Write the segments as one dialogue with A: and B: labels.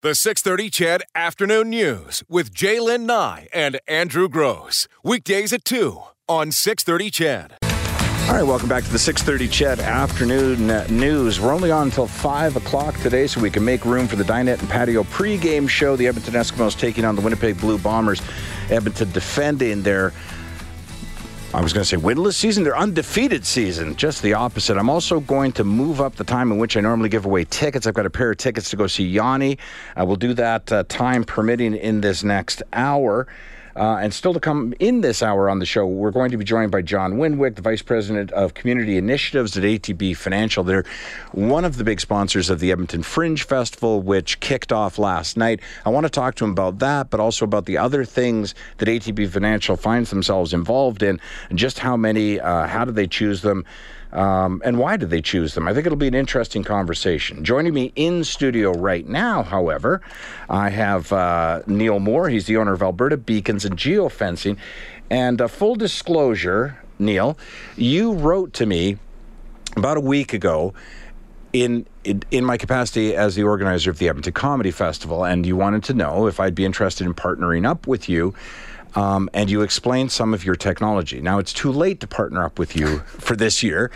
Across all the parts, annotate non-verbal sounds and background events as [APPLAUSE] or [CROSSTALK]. A: The 630 Chad Afternoon News with Jaylen Nye and Andrew Gross. Weekdays at 2 on 630 Chad.
B: All right, welcome back to the 6:30 Chet Afternoon uh, News. We're only on until five o'clock today, so we can make room for the dinette and patio pregame show. The Edmonton Eskimos taking on the Winnipeg Blue Bombers. Edmonton defending their. I was going to say winless season, their undefeated season. Just the opposite. I'm also going to move up the time in which I normally give away tickets. I've got a pair of tickets to go see Yanni. I will do that uh, time permitting in this next hour. Uh, and still to come in this hour on the show, we're going to be joined by John Winwick, the Vice President of Community Initiatives at ATB Financial. They're one of the big sponsors of the Edmonton Fringe Festival, which kicked off last night. I want to talk to him about that, but also about the other things that ATB Financial finds themselves involved in, and just how many, uh, how do they choose them. Um, and why do they choose them? I think it'll be an interesting conversation. Joining me in studio right now, however, I have uh, Neil Moore. He's the owner of Alberta Beacons and Geofencing. And uh, full disclosure, Neil, you wrote to me about a week ago in, in in my capacity as the organizer of the Edmonton Comedy Festival, and you wanted to know if I'd be interested in partnering up with you. Um, and you explained some of your technology. Now it's too late to partner up with you for this year,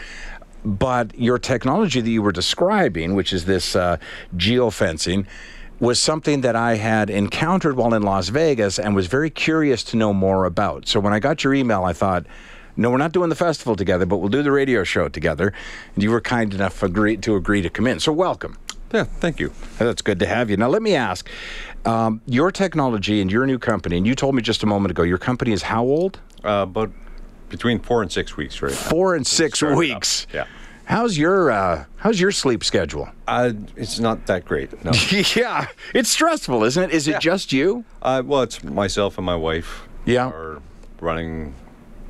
B: but your technology that you were describing, which is this uh, geofencing, was something that I had encountered while in Las Vegas and was very curious to know more about. So when I got your email, I thought, no, we're not doing the festival together, but we'll do the radio show together. And you were kind enough agree- to agree to come in. So welcome.
C: Yeah, thank you.
B: That's good to have you. Now, let me ask um, your technology and your new company, and you told me just a moment ago, your company is how old?
C: Uh, but between four and six weeks, right? now.
B: Four and six
C: started up,
B: weeks.
C: yeah.
B: How's your uh, How's your sleep
C: [LAUGHS]
B: schedule?
C: Uh, it's not that great.
B: [LAUGHS]
C: No.
B: yeah, it's stressful, isn't it? Is it just you?
C: uh, well, it's myself and my wife.
B: Yeah.
C: Are running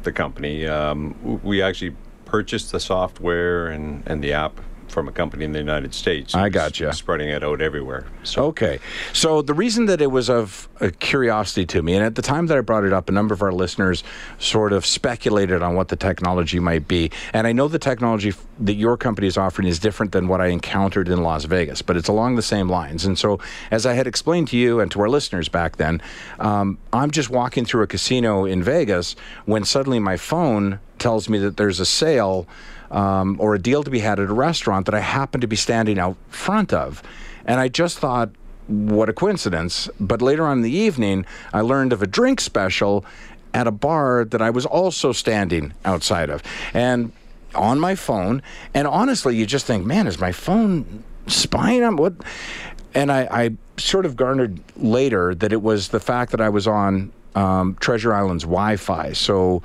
C: the company. Um, w- we actually purchased the software and, and the app from a company in the United States.
B: I
C: It's
B: gotcha.
C: Spreading it out everywhere. So
B: Okay. So the reason that it was of uh, curiosity to me, and at the time that I brought it up, a number of our listeners sort of speculated on what the technology might be. And I know the technology f- that your company is offering is different than what I encountered in Las Vegas, but it's along the same lines. And so, as I had explained to you and to our listeners back then, um, I'm just walking through a casino in Vegas when suddenly my phone tells me that there's a sale um, or a deal to be had at a restaurant that I happen to be standing out front of. And I just thought, what a coincidence. But later on in the evening, I learned of a drink special at a bar that I was also standing outside of. And on my phone, and honestly, you just think, man, is my phone spying on what? And I, I sort of garnered later that it was the fact that I was on um, Treasure Island's Wi-Fi, so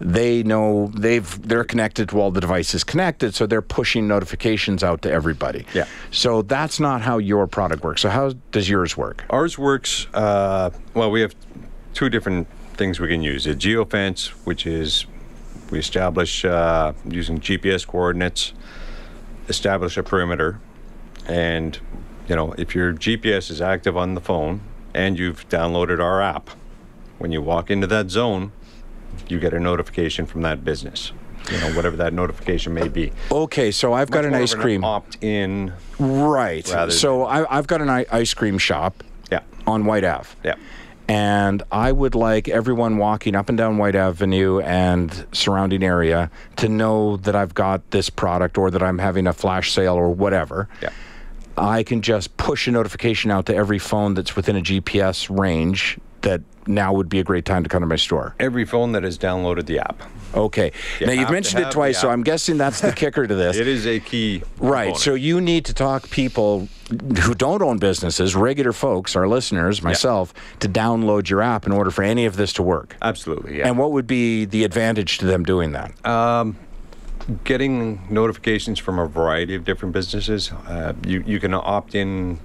B: they know they've they're connected to all the devices connected, so they're pushing notifications out to everybody.
C: Yeah.
B: So that's not how your product works. So how does yours work?
C: Ours works. Uh, well, we have two different things we can use: a geofence, which is we establish uh, using GPS coordinates, establish a perimeter, and you know if your GPS is active on the phone and you've downloaded our app, when you walk into that zone, you get a notification from that business. You know whatever that notification may be.
B: Okay, so I've got an
C: More of
B: ice cream.
C: opt-in.
B: Right.
C: rather
B: So I, I've got an i- ice cream shop
C: Yeah.
B: on White Ave.
C: Yeah.
B: And I would like everyone walking up and down White Avenue and surrounding area to know that I've got this product or that I'm having a flash sale or whatever.
C: Yeah.
B: I can just push a notification out to every phone that's within a GPS range that now would be a great time to come to my store.
C: Every phone that has downloaded the app.
B: Okay. now,
C: have
B: you've
C: to
B: mentioned it
C: have-
B: twice, so
C: yeah.
B: I'm guessing that's the kicker
C: [LAUGHS]
B: to this.
C: It is a key.
B: Right.
C: component.
B: So you need to talk people who don't own businesses, regular folks, our listeners, myself, to download your app in order for any of this to work.
C: absolutely, yeah.
B: And what would be the advantage to them doing that?
C: Getting notifications from a variety of different businesses. Uh, you you can opt in,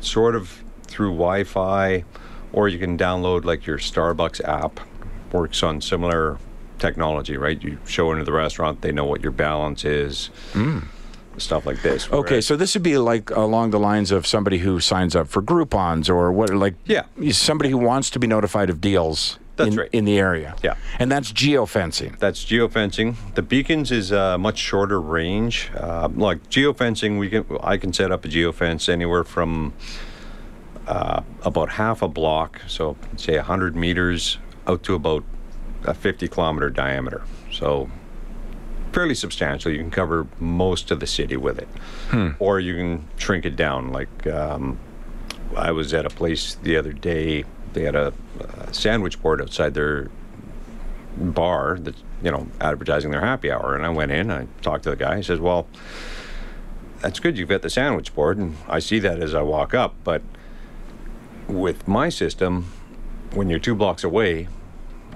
C: sort of through Wi-Fi, or you can download like your Starbucks app. Works on similar technology, right? You show into the restaurant, they know what your balance is. Stuff like this.
B: Hmm. okay,
C: Whereas-
B: so this would be like along the lines of somebody who signs up for Groupon's or what, like
C: Yeah.
B: somebody who wants to be notified of deals
C: That's
B: in,
C: right.
B: in the area.
C: Yeah.
B: And that's geofencing.
C: That's geofencing. The beacons is a much shorter range. Uh, like geofencing, we can I can set up a geofence anywhere from uh, about half a block, so say 100 meters out to about a 50 kilometer diameter. So fairly substantial. You can cover most of the city with it, or you can shrink it down. Like um, I was at a place the other day. They had a, uh sandwich board outside their bar that's you know advertising their happy hour, and I went in. I talked to the guy. He says, "Well, that's good. You've got the sandwich board, and I see that as I walk up. But with my system, when you're two blocks away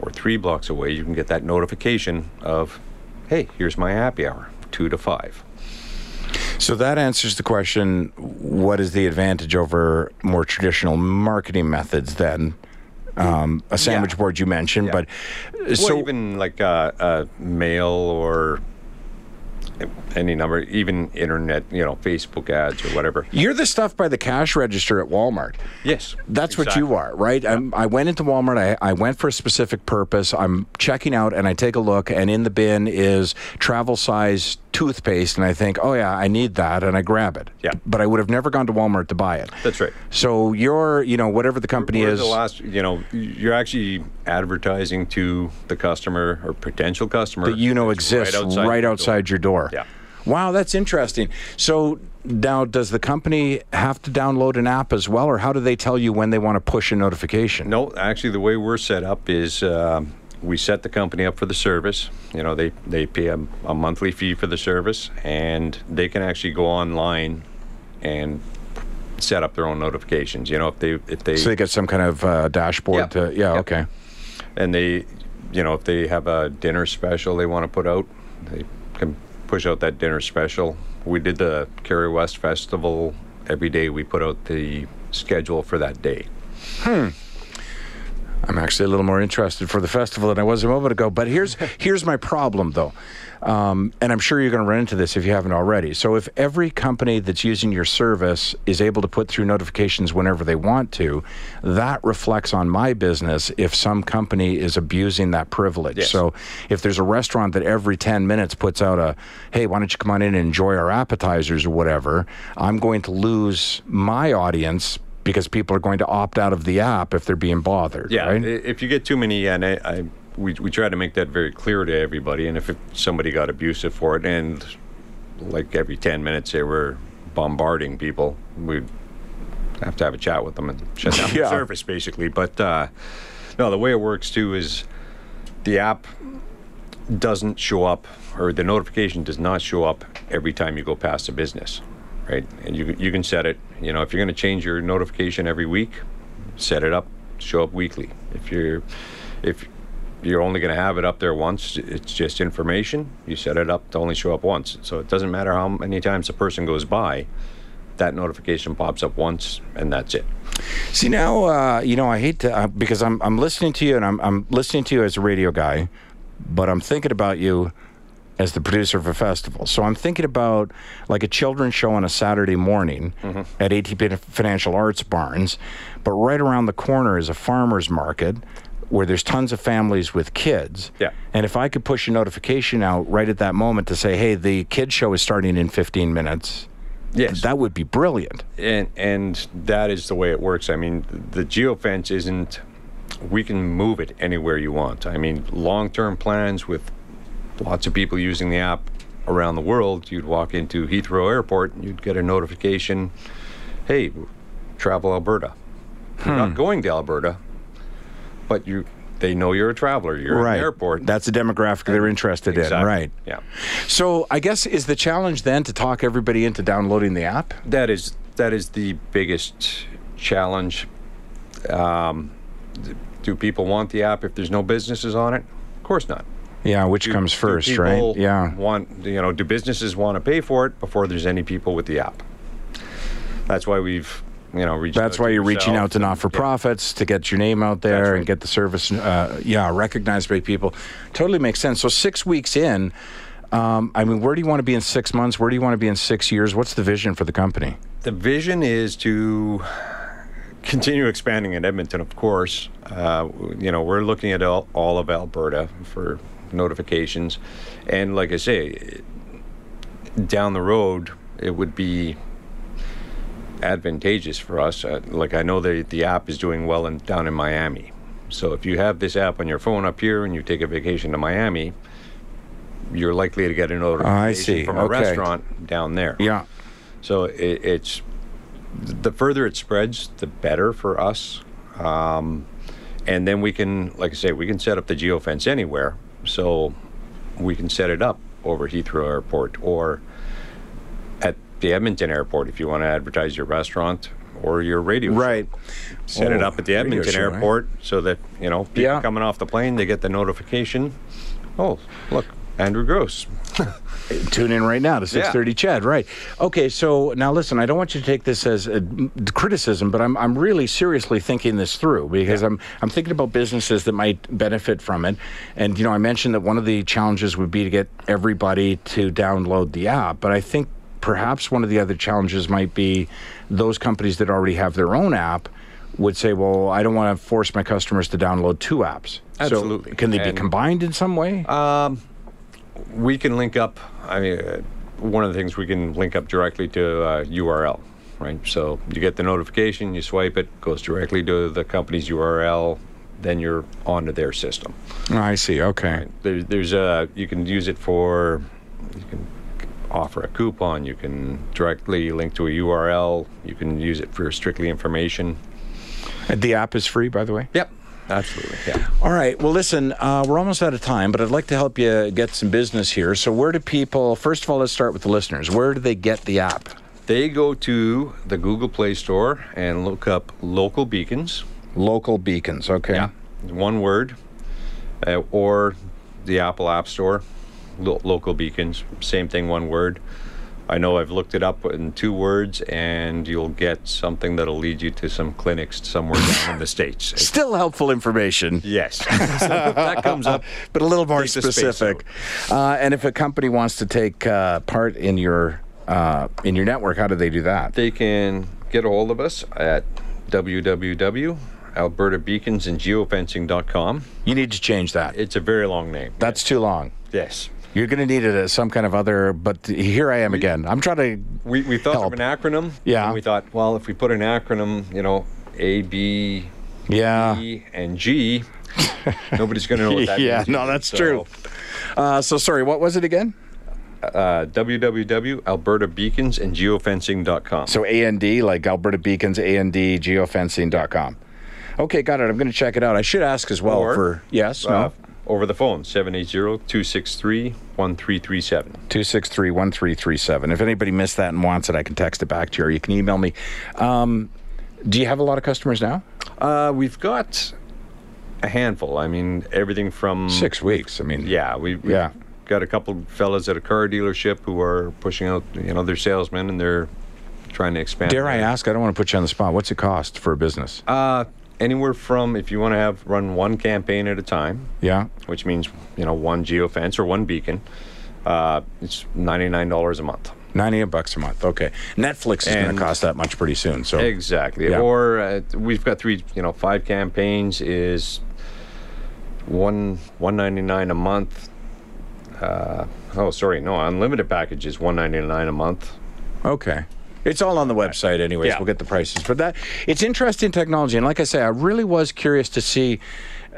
C: or three blocks away, you can get that notification of, hey, here's my happy hour, two to five.
B: So that answers the question what is the advantage over more traditional marketing methods then? Um, a sandwich board you mentioned,
C: Yeah.
B: but so
C: well, even like uh, uh, mail or any number, even internet, you know, Facebook ads or whatever.
B: you're the stuff by the cash register at Walmart.
C: Yes,
B: That's what
C: exactly.
B: you are, right? I'm, I went into Walmart. I, I went for a specific purpose. I'm checking out and I take a look, and in the bin is travel size toothpaste. And I think, oh, yeah, I need that. And I grab it.
C: Yeah.
B: But I would have never gone to Walmart to buy it.
C: That's right.
B: So you're, you know, whatever the company
C: We're
B: is.
C: the last, you know, you're actually advertising to the customer or potential customer
B: that you know
C: that's
B: exists right outside,
C: your door.
B: your door.
C: Yeah.
B: Wow, that's interesting. So now, does the company have to download an app as well, or how do they tell you when they want to push a notification?
C: No, actually, the way we're set up is um, we set the company up for the service. You know, they they pay a, a monthly fee for the service, and they can actually go online and set up their own notifications. You know, if they if they
B: So they get some kind of uh, dashboard.
C: Yeah.
B: To, yeah.
C: Yeah.
B: Okay.
C: and they, you know, if they have a dinner special they want to put out, they can push out that dinner special. We did the Kerry West Festival. Every day we put out the schedule for that day.
B: I'm actually a little more interested for the festival than I was a moment ago. But here's here's my problem though, um, and I'm sure you're going to run into this if you haven't already. So if every company that's using your service is able to put through notifications whenever they want to, that reflects on my business if some company is abusing that privilege.
C: Yes.
B: So if there's a restaurant that every 10 minutes puts out a hey, why don't you come on in and enjoy our appetizers or whatever, I'm going to lose my audience. Because people are going to opt out of the app if they're being bothered.
C: Yeah,
B: right?
C: i- if you get too many, and I, I we, we try to make that very clear to everybody. And if it- somebody got abusive for it, and like every ten minutes they were bombarding people, we have to have a chat with them and shut down
B: Yeah.
C: the service, basically. But uh, no, the way it works too is the app doesn't show up, or the notification does not show up every time you go past a business, right? And you you can set it. You know, if you're going to change your notification every week, set it up, show up weekly. If you're if you're only going to have it up there once, it's just information. You set it up to only show up once, so it doesn't matter how many times a person goes by. That notification pops up once, and that's it.
B: See now, uh, you know, I hate to uh, because I'm I'm listening to you and I'm I'm listening to you as a radio guy, but I'm thinking about you as the producer of a festival. So I'm thinking about like a children's show on a Saturday morning
C: Mm-hmm.
B: at ATP Financial Arts Barns, but right around the corner is a farmers market where there's tons of families with kids.
C: Yeah.
B: And if I could push a notification out right at that moment to say, "Hey, the kids show is starting in 15 minutes,"
C: Yes.
B: that would be brilliant.
C: and and that is the way it works. I mean, the geofence isn't. We can move it anywhere you want. I mean, long-term plans with lots of people using the app around the world. You'd walk into Heathrow Airport and you'd get a notification, "Hey, travel Alberta." You're
B: Hmm.
C: not going to Alberta, but you they know you're a traveler. You're at
B: right.
C: an airport.
B: That's the demographic they're interested in,
C: Exactly.
B: right?
C: Yeah.
B: So I guess is the challenge then to talk everybody into downloading the app?
C: that is that is the biggest challenge. Um, th- do people want the app if there's no businesses on it? Of course not.
B: Yeah, which
C: Do-
B: comes
C: do
B: first,
C: people
B: right? Yeah.
C: Want you know? Do businesses want to pay for it before there's any people with the app? That's why we've you know reached.
B: That's
C: out
B: why
C: to
B: you're reaching out
C: yourselves
B: to
C: and-
B: not for profits to get your name out there
C: That's right.
B: and get the service, uh, yeah, recognized by people. Totally makes sense. So six weeks in, um, I mean, where do you want to be in six months? Where do you want to be in six years? What's the vision for the company?
C: the vision is to continue expanding in Edmonton, of course. Uh, you know, we're looking at all, all of Alberta for notifications. And like I say, down the road, it would be advantageous for us. Uh, like I know the the app is doing well in, down in Miami, so if you have this app on your phone up here and you take a vacation to Miami, you're likely to get an notification
B: I see.
C: from a
B: Okay.
C: restaurant down there.
B: Yeah.
C: So it, it's the further it spreads, the better for us. Um, and then we can, like I say, we can set up the geofence anywhere. So we can set it up over Heathrow Airport or at the Edmonton Airport if you want to advertise your restaurant or your radio. show.
B: Right.
C: Set it
B: Oh,
C: up at the
B: radio
C: Edmonton
B: show, right.
C: Airport so that, you know, people
B: Yeah.
C: coming off the plane, they get the notification. Oh, look, Andrew Gross.
B: Tune in right now to 6:30 Chad, right. Okay, so now listen, I don't want you to take this as a criticism, but I'm I'm really seriously thinking this through because I'm I'm thinking about businesses that might benefit from it. And you know, I mentioned that one of the challenges would be to get everybody to download the app, but I think perhaps one of the other challenges might be those companies that already have their own app would say, "Well, I don't want to force my customers to download two apps." So
C: Absolutely.
B: can they be
C: And- Uh,
B: combined in some way?
C: we can link up. I mean, uh, one of the things we can link up directly to uh, URL, right? So you get the notification, you swipe it, goes directly to the company's URL, then you're onto their system.
B: I see. Okay.
C: There, there's a you can use it for you can offer a coupon, you can directly link to a URL, you can use it for strictly information.
B: The app is free, by the way.
C: Yep, absolutely. Yeah.
B: All right. Well, listen, uh, we're almost out of time, but I'd like to help you get some business here. So, where do people? First of all, let's start with the listeners. Where do they get the app?
C: They go to the Google Play Store and look up local beacons.
B: Local beacons. Okay.
C: Yeah, one word, uh, or the Apple App Store, lo- local beacons, same thing, one word. I know I've looked it up in two words, and you'll get something that'll lead you to some clinics somewhere down in the states.
B: [LAUGHS]
C: It's-
B: Still helpful information.
C: yes, So that comes up.
B: but a little more
C: Take the space
B: specific. Uh, and if a company wants to take uh, part in your uh, in your network, how do they do that?
C: They can get a hold of us at www.albertabeaconsandgeofencing.com.
B: You need to change that.
C: It's a very long name.
B: That's too long.
C: yes.
B: You're going to need it as some kind of other. But here I am again. I'm trying to.
C: we, we thought
B: help.
C: of an acronym.
B: Yeah.
C: And we thought, well, if we put an acronym, you know, A, B,
B: Yeah.
C: E, and
B: [LAUGHS]
C: G, nobody's going to know what that
B: yeah,
C: means.
B: no,
C: either.
B: that's
C: So,
B: true. Uh, so sorry, what was it again?
C: Uh, www.albertabeaconsandgeofencing.com.
B: So A and D, like Alberta Beacons, A and D, geofencing.com. Okay, got it. I'm going to check it out. I should ask as well
C: Or,
B: for yes,
C: uh,
B: no,
C: over the phone, 780-263-1337.
B: two six three one three three seven. If anybody missed that and wants it, I can text it back to you, or you can email me. Um, do you have a lot of customers now?
C: Uh, we've got a handful. I mean, everything from...
B: Six weeks. I mean,
C: Yeah, we we
B: Hmm. Yeah.
C: got a couple fellas at a car dealership who are pushing out, you know, their salesmen and they're trying to expand.
B: Dare I
C: their-
B: ask? I don't want to put you on the spot. What's it cost for a business?
C: Uh, anywhere from if you want to have run one campaign at a time,
B: yeah,
C: which means you know one geofence or one beacon, uh, it's ninety nine dollars a month.
B: ninety bucks a month. Okay, Netflix is going
C: And-
B: to cost that much pretty soon. So
C: Exactly.
B: Yeah.
C: Or uh, we've got three, you know, five campaigns is one one ninety nine a month. Uh, oh, sorry, no, unlimited package is one ninety nine a month.
B: Okay. It's all on the website, anyways.
C: Yeah.
B: We'll get the prices, but that it's interesting technology. And like I say, I really was curious to see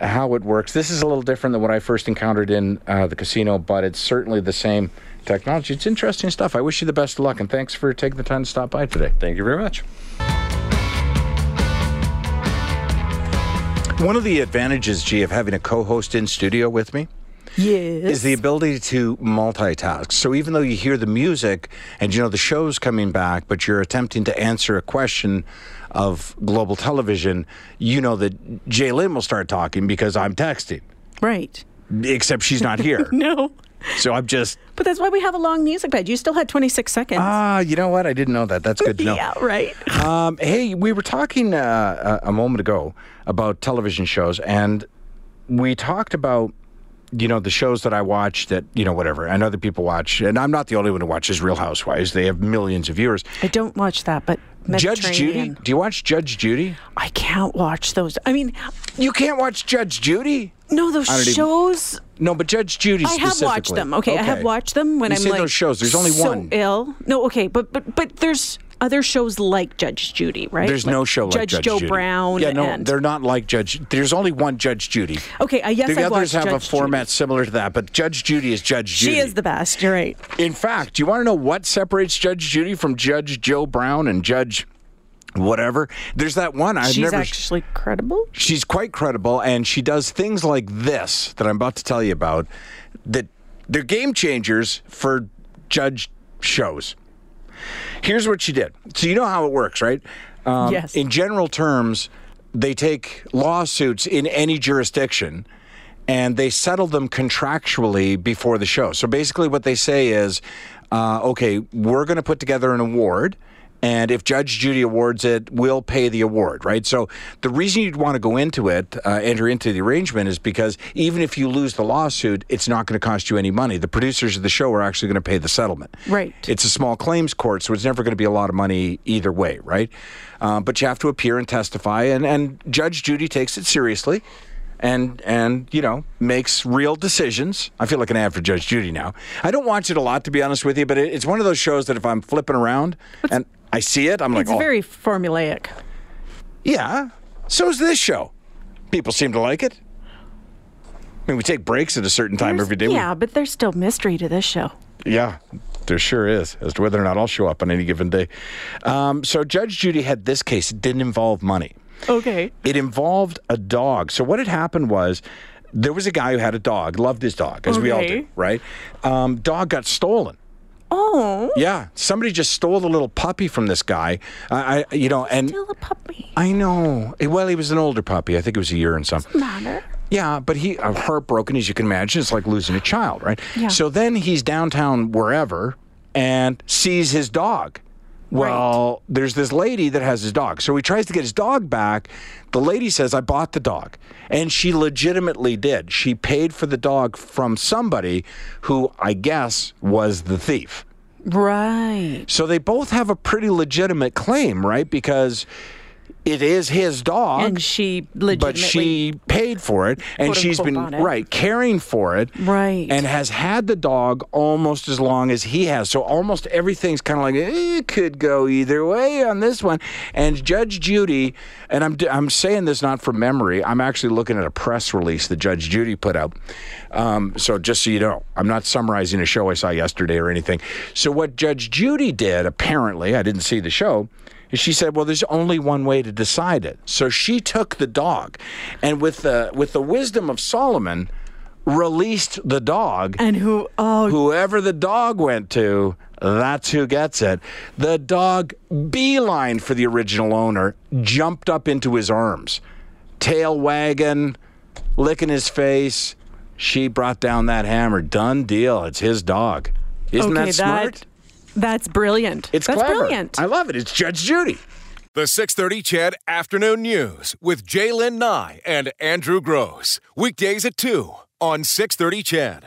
B: how it works. This is a little different than what I first encountered in uh, the casino, but it's certainly the same technology. It's interesting stuff. I wish you the best of luck, and thanks for taking the time to stop by today.
C: Thank you very much.
B: One of the advantages, G, of having a co-host in studio with me
D: Yes.
B: is the ability to multitask. So even though you hear the music and you know the show's coming back, but you're attempting to answer a question of global television, you know that Jay Lynn will start talking because I'm texting.
D: right.
B: Except she's not
D: [LAUGHS]
B: here.
D: No.
B: so I'm just
D: But that's why we have a long music bed. You still had 26 seconds.
B: ah, you know what? I didn't know that. That's good to know.
D: Yeah, right.
B: Um, hey, we were talking uh, a a moment ago about television shows, and we talked about you know the shows that I watch that you know whatever and other people watch, and I'm not the only one who watches Real Housewives. They have millions of viewers.
D: I don't watch that, but
B: Judge Judy,
D: Mediterranean.
B: do you watch Judge Judy?
D: I can't watch those. I mean,
B: You can't watch Judge Judy.
D: no, those
B: don't even-
D: shows.
B: No, but Judge Judy.
D: I have watched
B: specifically.
D: them. Okay, I have watched them when
B: you
D: I'm
B: say
D: like
B: those shows. There's only
D: so
B: one.
D: ill. No, okay, but but but there's other shows like Judge Judy, right?
B: There's
D: Like
B: no show like
D: Judge Joe
B: Judy.
D: Brown.
B: Yeah, no,
D: and,
B: they're not like Judge. There's only one Judge Judy.
D: okay, uh, yes,
B: the
D: I
B: others
D: watched
B: have a
D: Judge
B: format similar to that, but Judge Judy is Judge
D: Judy.
B: Judy.
D: She is the best. You're right.
B: In fact, do you want to know what separates Judge Judy from Judge Joe Brown and Judge whatever? There's that one I've
D: She's
B: never.
D: actually credible.
B: she's quite credible, and she does things like this that I'm about to tell you about that they're game changers for judge shows. Here's what she did. So you know how it works, right? Um,
D: Yes.
B: In general terms, they take lawsuits in any jurisdiction and they settle them contractually before the show. So basically, what they say is, uh, okay, we're going to put together an award. And if Judge Judy awards it, we'll pay the award, right? So the reason you'd want to go into it, uh, enter into the arrangement, is because even if you lose the lawsuit, it's not going to cost you any money. The producers of the show are actually going to pay the settlement.
D: Right.
B: It's a small claims court, so it's never going to be a lot of money either way, right? Uh, but you have to appear and testify, and, and Judge Judy takes it seriously, and and you know makes real decisions. I feel like an ad for Judge Judy now. I don't watch it a lot, to be honest with you, but it, it's one of those shows that if I'm flipping around and I see it, I'm like,
D: It's
B: oh,
D: very formulaic.
B: yeah. So is this show. People seem to like it. I mean, we take breaks at a certain time
D: There's-
B: every day. We-
D: Yeah, but there's still mystery to this show.
B: yeah, there sure is as to whether or not I'll show up on any given day. Um, so Judge Judy had this case. It didn't involve money.
D: Okay.
B: It involved a dog. So what had happened was there was a guy who had a dog, loved his dog, as we all
D: Okay.
B: do, right? Um, dog got stolen.
D: Oh,
B: Yeah, somebody just stole the little puppy from this guy. I, I you know, and
D: still a puppy.
B: I know. Well, he was an older puppy. I think it was a year and something.
D: Matter.
B: Yeah, but he uh, heartbroken as you can imagine. It's like losing a child, right?
D: Yeah.
B: So then he's downtown wherever and sees his dog. Well, there's this lady that has his dog. So he tries to get his dog back. The lady says, I bought the dog. And she legitimately did. She paid for the dog from somebody who I guess was the thief.
D: Right.
B: So they both have a pretty legitimate claim, right? Because it is his dog
D: And she legitimately.
B: but she paid for it and
D: Quote,
B: she's
D: unquote,
B: been
D: bought it.
B: right caring for it
D: Right.
B: and has had the dog almost as long as he has so almost everything's kind of like "Eh, it could go either way on this one and judge judy and i'm i'm saying this not from memory i'm actually looking at a press release that judge judy put out um, so just so you know i'm not summarizing a show i saw yesterday or anything so what judge judy did apparently i didn't see the show and she said, "Well, there's only one way to decide it." So she took the dog, and with the with the wisdom of Solomon, released the dog.
D: And who? Oh,
B: Whoever the dog went to, that's who gets it. The dog beeline for the original owner, jumped up into his arms, tail wagging, licking his face. She brought down that hammer. Done deal. It's his dog. Isn't
D: okay,
B: that smart?
D: that's brilliant.
B: it's
D: that's
B: clever.
D: brilliant.
B: I love it. It's Judge Judy.
A: The 630 Chad Afternoon News with Jaylen Nye and Andrew Gross. Weekdays at 2 on 630 Chad.